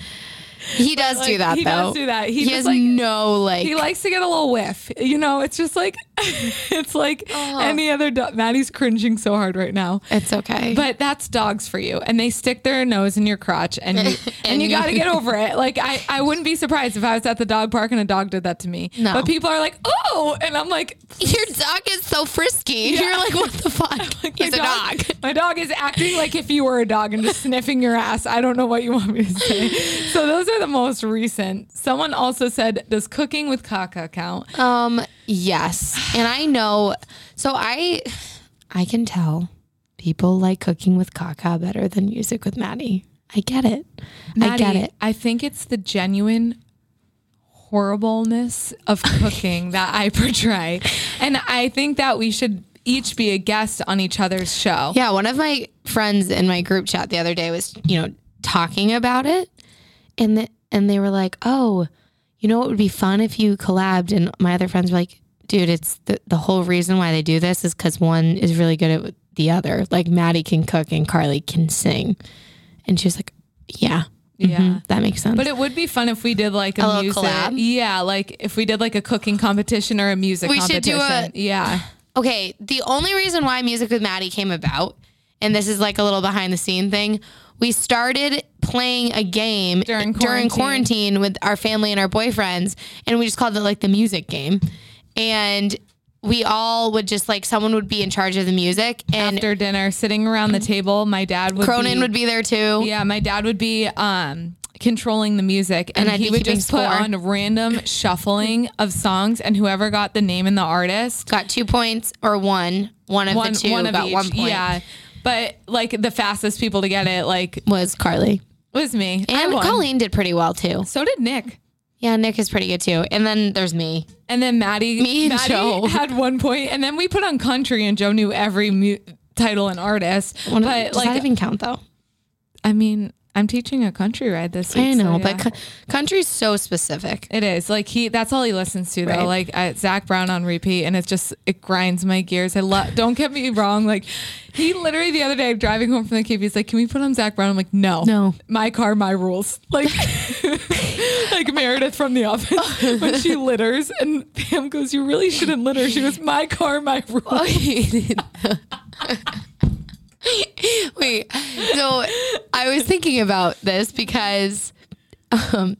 Speaker 1: He does
Speaker 2: Like,
Speaker 1: do that
Speaker 2: he
Speaker 1: though.
Speaker 2: does do that. He
Speaker 1: He,
Speaker 2: just,
Speaker 1: has
Speaker 2: like-
Speaker 1: no like.
Speaker 2: He likes to get a little whiff. You know, it's just like it's like any other dog. Maddie's cringing so hard right now.
Speaker 1: it's okay.
Speaker 2: But that's dogs for you, and they stick their nose in your crotch, and you, and you got to get over it. Like I, I wouldn't be surprised if I was at the dog park and a dog did that to me.
Speaker 1: No.
Speaker 2: But people are like, oh, and I'm like,
Speaker 1: your dog is so frisky. You're like, what the fuck?
Speaker 2: like, my
Speaker 1: He's a dog.
Speaker 2: My dog is acting like if you were a dog and just sniffing your ass. I don't know what you want me to say. So those are the most recent. Someone also said, does cooking with caca count?
Speaker 1: Um, yes. And I know so I I can tell people like cooking with caca better than music with Maddie. I get it. I get
Speaker 2: Maddie,
Speaker 1: it.
Speaker 2: I think it's the genuine horribleness of cooking that I portray. And I think that we should each be a guest on each other's show.
Speaker 1: Yeah, one of my friends in my group chat the other day was, you know, talking about it and the, and they were like, "Oh, you know what would be fun if you collabed?" And my other friends were like, "Dude, it's the, the whole reason why they do this is cuz one is really good at the other. Like Maddie can cook and Carly can sing." And she was like, "Yeah." mhm,
Speaker 2: Yeah.
Speaker 1: that makes sense.
Speaker 2: But it would be fun if we did like a,
Speaker 1: A little
Speaker 2: music.
Speaker 1: collab?
Speaker 2: Yeah, like if we did like a cooking competition or a music
Speaker 1: We should
Speaker 2: competition.
Speaker 1: do a-
Speaker 2: yeah.
Speaker 1: Okay, the only reason why Music with Maddie came about, and this is like a little behind the scene thing, we started playing a game
Speaker 2: During
Speaker 1: quarantine with our family and our boyfriends, and we just called it like the music game. And we all would just like someone would be in charge of the music, and
Speaker 2: After dinner, sitting around the table, my dad would
Speaker 1: Cronin
Speaker 2: be,
Speaker 1: would be there too.
Speaker 2: Yeah, my dad would be um controlling the music and,
Speaker 1: And I'd
Speaker 2: he
Speaker 1: be
Speaker 2: would
Speaker 1: keeping
Speaker 2: just put
Speaker 1: score.
Speaker 2: on random shuffling of songs and whoever got the name and the artist
Speaker 1: Got two points or one, one of
Speaker 2: one
Speaker 1: the two
Speaker 2: one of
Speaker 1: got
Speaker 2: each.
Speaker 1: one point.
Speaker 2: Yeah. But like the fastest people to get it like
Speaker 1: Was Carly
Speaker 2: was me. I
Speaker 1: and
Speaker 2: won.
Speaker 1: Colleen did pretty well too.
Speaker 2: So did Nick.
Speaker 1: Yeah, Nick is pretty good too. And then there's me.
Speaker 2: And then Maddie,
Speaker 1: Me and
Speaker 2: Maddie
Speaker 1: Joe.
Speaker 2: had one point, and then we put on country, and Joe knew every mu- title and artist.
Speaker 1: One of-
Speaker 2: but
Speaker 1: does
Speaker 2: like,
Speaker 1: that even count though?
Speaker 2: I mean, I'm teaching a country ride this week.
Speaker 1: I know,
Speaker 2: so yeah.
Speaker 1: but c- country's so specific.
Speaker 2: it is like he. That's all he listens to though.
Speaker 1: Right.
Speaker 2: Like I, Zach Brown on repeat, and it's just it grinds my gears. I love. Don't get me wrong. Like he literally the other day driving home from the cave, he's like, "Can we put on Zach Brown?" I'm like, "No,
Speaker 1: No.
Speaker 2: my car, my rules." Like, like Meredith from The Office when she litters, and Pam goes, "You really shouldn't litter." She goes, "My car, my rules."
Speaker 1: Oh, Wait, so I was thinking about this because, um,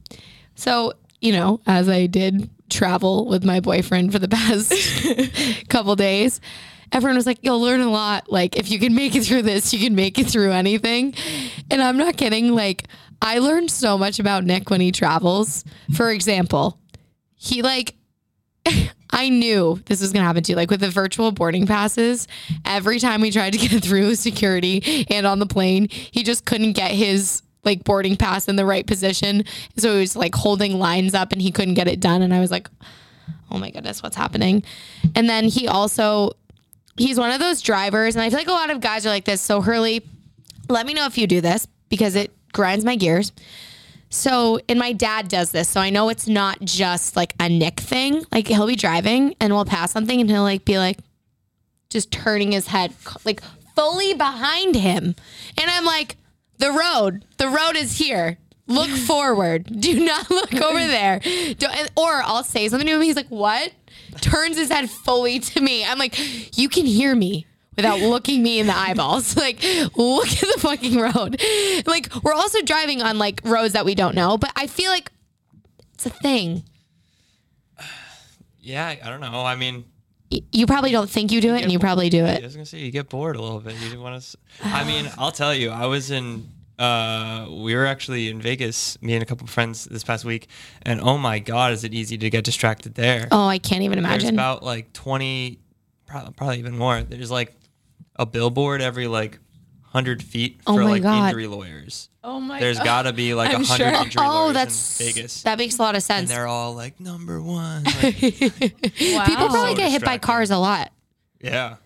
Speaker 1: so you know, as I did travel with my boyfriend for the past couple days, everyone was like, "You'll learn a lot. Like, if you can make it through this, you can make it through anything." And I'm not kidding. Like, I learned so much about Nick when he travels. For example, he like I knew this was going to happen too. Like with the virtual boarding passes, every time we tried to get through security and on the plane, he just couldn't get his like boarding pass in the right position. So he was like holding lines up and he couldn't get it done. And I was like, oh my goodness, what's happening? And then he also, he's one of those drivers. And I feel like a lot of guys are like this. So Hurley, let me know if you do this because it grinds my gears. So, and my dad does this. So I know it's not just like a Nick thing. Like he'll be driving and we'll pass something and he'll like be like just turning his head like fully behind him. And I'm like, the road, the road is here. Look forward. Do not look over there. Don't, and- or I'll say something to him. He's like, what? Turns his head fully to me. I'm like, you can hear me without looking me in the eyeballs. Like, look at the fucking road. Like, we're also driving on like roads that we don't know, but I feel like it's a thing.
Speaker 3: Yeah, I don't know. I mean,
Speaker 1: Y- You probably don't think you do it, and you probably do
Speaker 3: I
Speaker 1: it.
Speaker 3: was gonna say you get bored a little bit. You didn't want to. I mean, I'll tell you. I was in. Uh, we were actually in Vegas, me and a couple of friends this past week, and oh my god, is it easy to get distracted there?
Speaker 1: Oh, I can't even
Speaker 3: There's
Speaker 1: imagine.
Speaker 3: about like twenty, prob- probably even more. There's like a billboard every like hundred feet
Speaker 1: Oh
Speaker 3: for
Speaker 1: my
Speaker 3: like
Speaker 1: God.
Speaker 3: injury lawyers.
Speaker 2: oh my!
Speaker 3: There's
Speaker 2: God.
Speaker 3: gotta be like a
Speaker 2: I'm
Speaker 3: hundred
Speaker 2: sure.
Speaker 3: injury
Speaker 1: Oh,
Speaker 3: lawyers
Speaker 1: that's
Speaker 3: in Vegas,
Speaker 1: that makes a lot of
Speaker 3: and
Speaker 1: sense.
Speaker 3: they're all like number one. Like,
Speaker 2: Wow.
Speaker 1: People probably
Speaker 3: So
Speaker 1: get hit by
Speaker 3: distracting.
Speaker 1: cars a lot.
Speaker 3: yeah.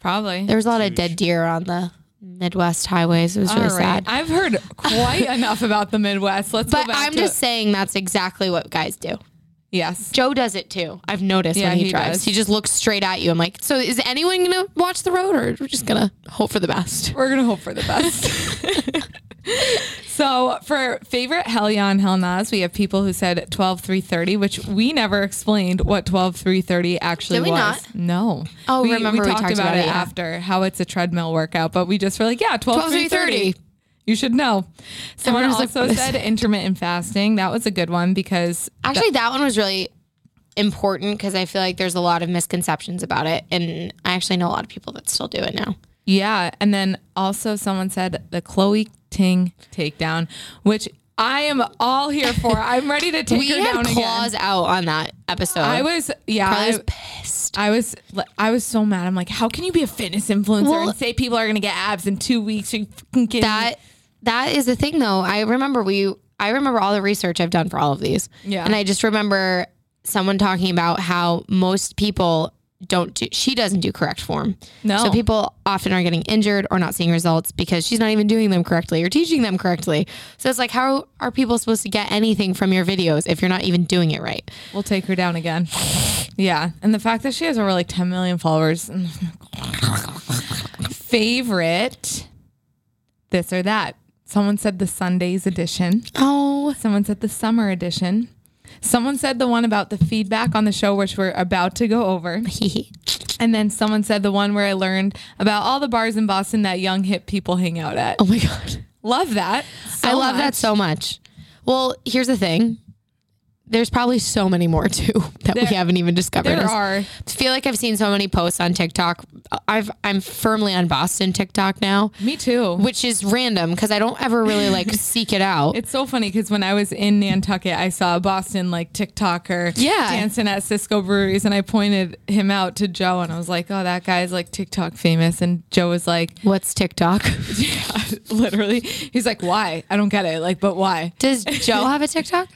Speaker 2: probably.
Speaker 1: There was a lot of dead deer on the Midwest highways. It was really
Speaker 2: All
Speaker 1: sad.
Speaker 2: right. I've heard quite enough about the Midwest. Let's
Speaker 1: But
Speaker 2: go back
Speaker 1: I'm
Speaker 2: to
Speaker 1: just saying that's exactly what guys do.
Speaker 2: yes.
Speaker 1: Joe does it too. I've noticed
Speaker 2: Yeah,
Speaker 1: when he,
Speaker 2: he
Speaker 1: drives.
Speaker 2: does.
Speaker 1: He just looks straight at you. I'm like, so is anyone gonna watch the road or we're just gonna hope for the best?
Speaker 2: We're gonna hope for the best. So for favorite hell yeah and hell nas, we have people who said 12 330, which we never explained what 12 330 actually
Speaker 1: Did we
Speaker 2: was.
Speaker 1: not?
Speaker 2: No.
Speaker 1: Oh, remember
Speaker 2: we,
Speaker 1: we
Speaker 2: talked, about, it
Speaker 1: yeah.
Speaker 2: after how it's a treadmill workout, but we just were like, yeah, 12
Speaker 1: 12-3-30.
Speaker 2: 330. You should know. Someone
Speaker 1: Everyone was like,
Speaker 2: also
Speaker 1: "What is
Speaker 2: said intermittent fasting. That was a good one because
Speaker 1: Actually, that one was really important because I feel like there's a lot of misconceptions about it, and I actually know a lot of people that still do it now.
Speaker 2: Yeah. And then also someone said the Chloe Ting takedown, which I am all here for. I'm ready to take
Speaker 1: We
Speaker 2: her
Speaker 1: had
Speaker 2: down
Speaker 1: claws
Speaker 2: again.
Speaker 1: out on that episode.
Speaker 2: I was yeah.
Speaker 1: I was
Speaker 2: I,
Speaker 1: pissed.
Speaker 2: I was I was so mad. I'm like, how can you be a fitness influencer
Speaker 1: Well-
Speaker 2: and say people are gonna get abs in two weeks? Are you fucking kidding? me?
Speaker 1: That that is the thing, though. I remember we. I remember all the research I've done for all of these.
Speaker 2: Yeah.
Speaker 1: and I just remember someone talking about how most people don't do. She doesn't do correct form.
Speaker 2: No.
Speaker 1: so people often are getting injured or not seeing results because she's not even doing them correctly or teaching them correctly. So it's like, how are people supposed to get anything from your videos if you're not even doing it right?
Speaker 2: we'll take her down again. Yeah, and the fact that she has over like 10 million followers. Favorite, this or that. Someone said the Sundays edition.
Speaker 1: Oh,
Speaker 2: Someone said the summer edition. Someone said the one about the feedback on the show, which we're about to go over. And then someone said the one where I learned about all the bars in Boston that young hip people hang out at.
Speaker 1: oh my god.
Speaker 2: Love that. so
Speaker 1: I love
Speaker 2: much.
Speaker 1: that so much. Well, here's the thing. There's probably so many more too that we
Speaker 2: There-
Speaker 1: haven't even discovered.
Speaker 2: There
Speaker 1: It's-
Speaker 2: are.
Speaker 1: I feel like I've seen so many posts on TikTok. I've I'm firmly on Boston TikTok now,
Speaker 2: Me too.
Speaker 1: which is random because I don't ever really like seek it out.
Speaker 2: It's so funny because when I was in Nantucket, I saw a Boston like TikToker
Speaker 1: Yeah.
Speaker 2: dancing at Cisco Breweries, and I pointed him out to Joe, and I was like, "Oh, that guy's like TikTok famous." And Joe was like,
Speaker 1: What's TikTok?
Speaker 2: "Literally," he's like, "Why? I don't get it. Like, but why?"
Speaker 1: Does Joe have a TikTok?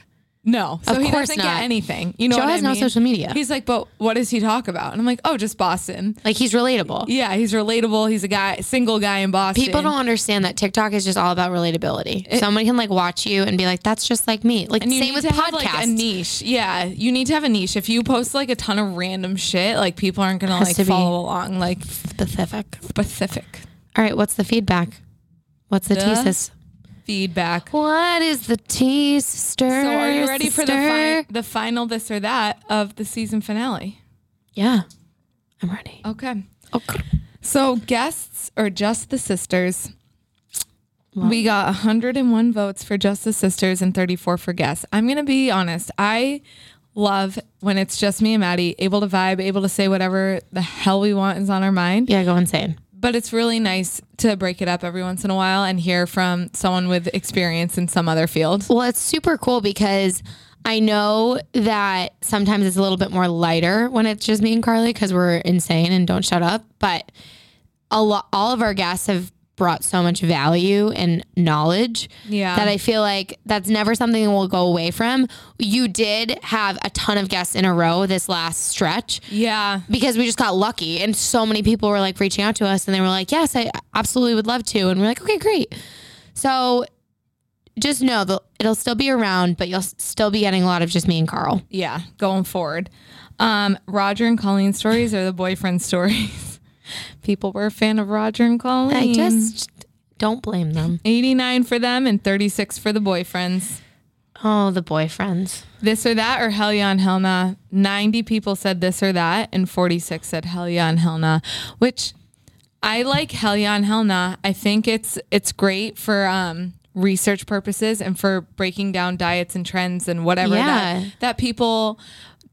Speaker 2: No, so
Speaker 1: Of
Speaker 2: he
Speaker 1: course
Speaker 2: doesn't
Speaker 1: not.
Speaker 2: get anything. You know,
Speaker 1: Joe
Speaker 2: what
Speaker 1: has
Speaker 2: I
Speaker 1: no
Speaker 2: mean?
Speaker 1: social media.
Speaker 2: He's like, but what does he talk about? And I'm like, oh, just Boston.
Speaker 1: Like he's relatable.
Speaker 2: Yeah, he's relatable. He's a guy, single guy in Boston.
Speaker 1: People don't understand that TikTok is just all about relatability. Someone can like watch you and be like, "That's just like me." Like
Speaker 2: And you
Speaker 1: same
Speaker 2: need
Speaker 1: with
Speaker 2: to
Speaker 1: podcasts.
Speaker 2: have like a niche. Yeah, you need to have a niche. If you post like a ton of random shit, like people aren't gonna
Speaker 1: Has
Speaker 2: like
Speaker 1: to be.
Speaker 2: follow along. Like
Speaker 1: Specific.
Speaker 2: specific
Speaker 1: All right, what's the feedback? What's the
Speaker 2: Duh.
Speaker 1: thesis?
Speaker 2: feedback.
Speaker 1: What is the tea, sister?
Speaker 2: So, are you ready for the
Speaker 1: sister?
Speaker 2: fi- the final this or that of the season finale?
Speaker 1: Yeah, I'm ready.
Speaker 2: Okay.
Speaker 1: Okay.
Speaker 2: So guests or just the sisters. We got 101 votes for just the sisters and 34 for guests. I'm gonna be honest. I love when it's just me and Maddie, able to vibe, able to say whatever the hell we want is on our mind.
Speaker 1: Yeah, go insane.
Speaker 2: But it's really nice to break it up every once in a while and hear from someone with experience in some other field.
Speaker 1: Well, it's super cool because I know that sometimes it's a little bit more lighter when it's just me and Carly because we're insane and don't shut up. But a lot, all of our guests have brought so much value and knowledge
Speaker 2: Yeah.
Speaker 1: that I feel like that's never something we'll go away from. You did have a ton of guests in a row this last stretch.
Speaker 2: Yeah.
Speaker 1: because we just got lucky and so many people were like reaching out to us and they were like yes i absolutely would love to and we're like okay great so just know that it'll still be around but you'll s- still be getting a lot of just me and carl
Speaker 2: yeah, going forward. Um, Roger and Colleen stories are the boyfriend stories. People were a fan of Roger and Colleen.
Speaker 1: i just don't blame them
Speaker 2: 89 for them and 36 for the boyfriends.
Speaker 1: oh the boyfriends
Speaker 2: This or that or hell yeah and hell nah. 90 people said this or that and 46 said hell yeah and hell nah, which I like hell yeah and hell nah. I think it's it's great for um research purposes and for breaking down diets and trends and whatever
Speaker 1: Yeah.
Speaker 2: that, that people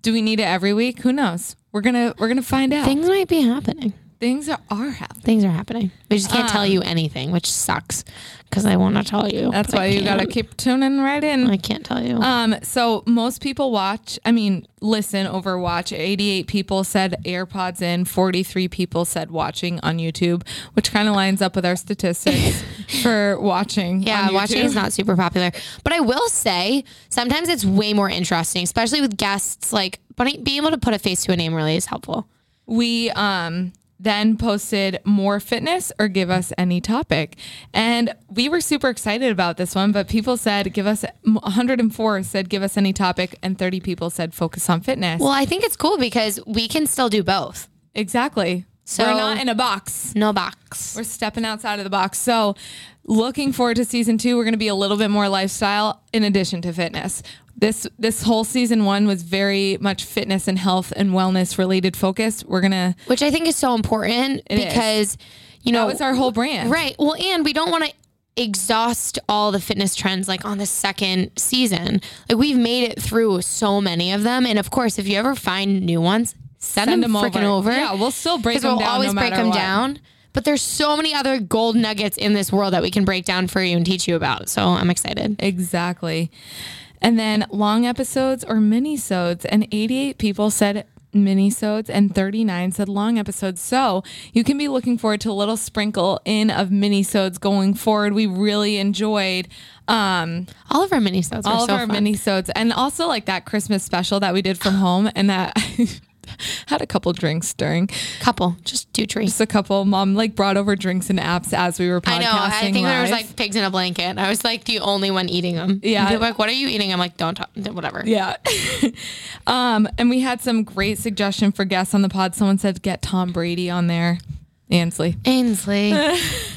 Speaker 2: do we need it every week? Who knows? We're gonna we're gonna find out.
Speaker 1: things might be happening
Speaker 2: Things are, are happening.
Speaker 1: things are happening we just can't tell you anything which sucks because i want to tell you
Speaker 2: That's
Speaker 1: but I
Speaker 2: why you gotta
Speaker 1: can't.
Speaker 2: keep tuning right in.
Speaker 1: i can't tell you
Speaker 2: Um, so most people watch, I mean, listen over watch. 88 people said AirPods in, 43 people said watching on YouTube, which kind of lines up with our statistics for watching.
Speaker 1: Yeah,
Speaker 2: on
Speaker 1: watching
Speaker 2: YouTube.
Speaker 1: is not super popular. But I will say, sometimes it's way more interesting, especially with guests. Like, but being able to put a face to a name really is helpful.
Speaker 2: We, um, then posted more fitness or give us any topic. And we were super excited about this one, but people said give us 104 said give us any topic and 30 people said focus on fitness.
Speaker 1: Well, I think it's cool because we can still do both.
Speaker 2: exactly.
Speaker 1: So
Speaker 2: We're not in a box.
Speaker 1: no box.
Speaker 2: We're stepping outside of the box. So, looking forward to season two. We're going to be a little bit more lifestyle in addition to fitness. This this whole season one was very much fitness and health and wellness related focused. We're gonna
Speaker 1: Which I think is so important
Speaker 2: It is.
Speaker 1: because you know
Speaker 2: that was our whole brand,
Speaker 1: Right. Well, and we don't want to exhaust all the fitness trends like on the second season. Like we've made it through so many of them, and of course, if you ever find new ones, send,
Speaker 2: Send
Speaker 1: them,
Speaker 2: them
Speaker 1: freaking
Speaker 2: over.
Speaker 1: over.
Speaker 2: Yeah, we'll still break
Speaker 1: 'Cause
Speaker 2: them
Speaker 1: we'll
Speaker 2: down
Speaker 1: always
Speaker 2: no
Speaker 1: break
Speaker 2: matter
Speaker 1: them
Speaker 2: what.
Speaker 1: down. But there's so many other gold nuggets in this world that we can break down for you and teach you about. So I'm excited.
Speaker 2: Exactly. And then long episodes or minisodes, and 88 people said minisodes, and 39 said long episodes. So you can be looking forward to a little sprinkle in of minisodes going forward. We really enjoyed um,
Speaker 1: All of our mini are
Speaker 2: all
Speaker 1: so
Speaker 2: of our
Speaker 1: fun.
Speaker 2: minisodes, and also like that Christmas special that we did from home, and that. I Had a couple drinks during,
Speaker 1: couple, just two trees.
Speaker 2: just a couple. Mom like brought over drinks and apps as we were podcasting.
Speaker 1: I know. I think there was
Speaker 2: live.
Speaker 1: like pigs in a blanket. I was like the only one eating them.
Speaker 2: Yeah.
Speaker 1: And people were like, what are you eating? I'm like, don't talk. Whatever.
Speaker 2: Yeah. um, and we had some great suggestion for guests on the pod. Someone said get Tom Brady on there. Ansley.
Speaker 1: Ainsley. if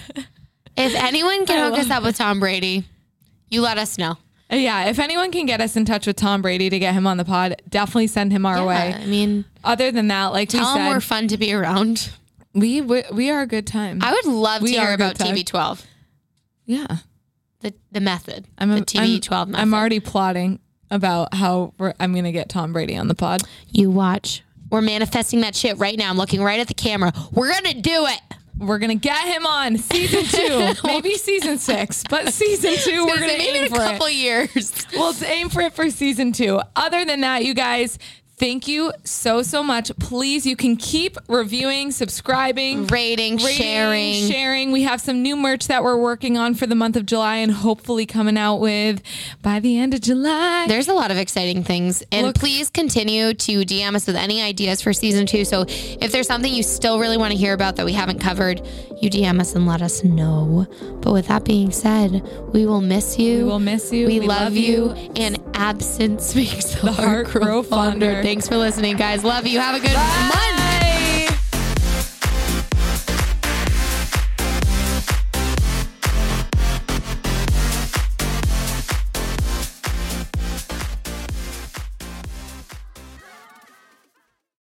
Speaker 1: anyone can hook us up with Tom Brady, you let us know.
Speaker 2: Uh, Yeah, if anyone can get us in touch with Tom Brady to get him on the pod, definitely send him our
Speaker 1: I
Speaker 2: way.
Speaker 1: mean,
Speaker 2: Other than that, like
Speaker 1: tell them
Speaker 2: we
Speaker 1: we're
Speaker 2: said,
Speaker 1: fun to be around.
Speaker 2: we, we we are a good time.
Speaker 1: I would love
Speaker 2: We
Speaker 1: to
Speaker 2: are
Speaker 1: hear
Speaker 2: a good
Speaker 1: about
Speaker 2: time.
Speaker 1: TB12,
Speaker 2: yeah,
Speaker 1: the, the method,
Speaker 2: I'm a-
Speaker 1: the TB12
Speaker 2: I'm,
Speaker 1: method.
Speaker 2: I'm already plotting about how we're, I'm gonna get Tom Brady on the pod.
Speaker 1: you watch. We're manifesting that shit right now. I'm looking right at the camera. We're going to do it.
Speaker 2: We're gonna get him on season two, maybe season six, but season two we're gonna
Speaker 1: maybe
Speaker 2: aim
Speaker 1: in a
Speaker 2: for it.
Speaker 1: couple years.
Speaker 2: Well, it's aim for it for season two. Other than that, you guys, thank you so, so much. Please, you can keep reviewing, subscribing,
Speaker 1: Rating,
Speaker 2: rating,
Speaker 1: Mm-hmm. sharing.
Speaker 2: sharing. We have some new merch that we're working on for the month of July and hopefully coming out with by the end of July.
Speaker 1: There's a lot of exciting things. And
Speaker 2: Look-
Speaker 1: please continue to DM us with any ideas for season two. So if there's something you still really want to hear about that we haven't covered, you DM us and let us know. But with that being said, we will miss you.
Speaker 2: We will miss you.
Speaker 1: We,
Speaker 2: We
Speaker 1: love,
Speaker 2: love
Speaker 1: you.
Speaker 2: you.
Speaker 1: And absence makes the,
Speaker 2: heart grow fonder.
Speaker 1: Thanks for listening, guys. Love you. Have a good month.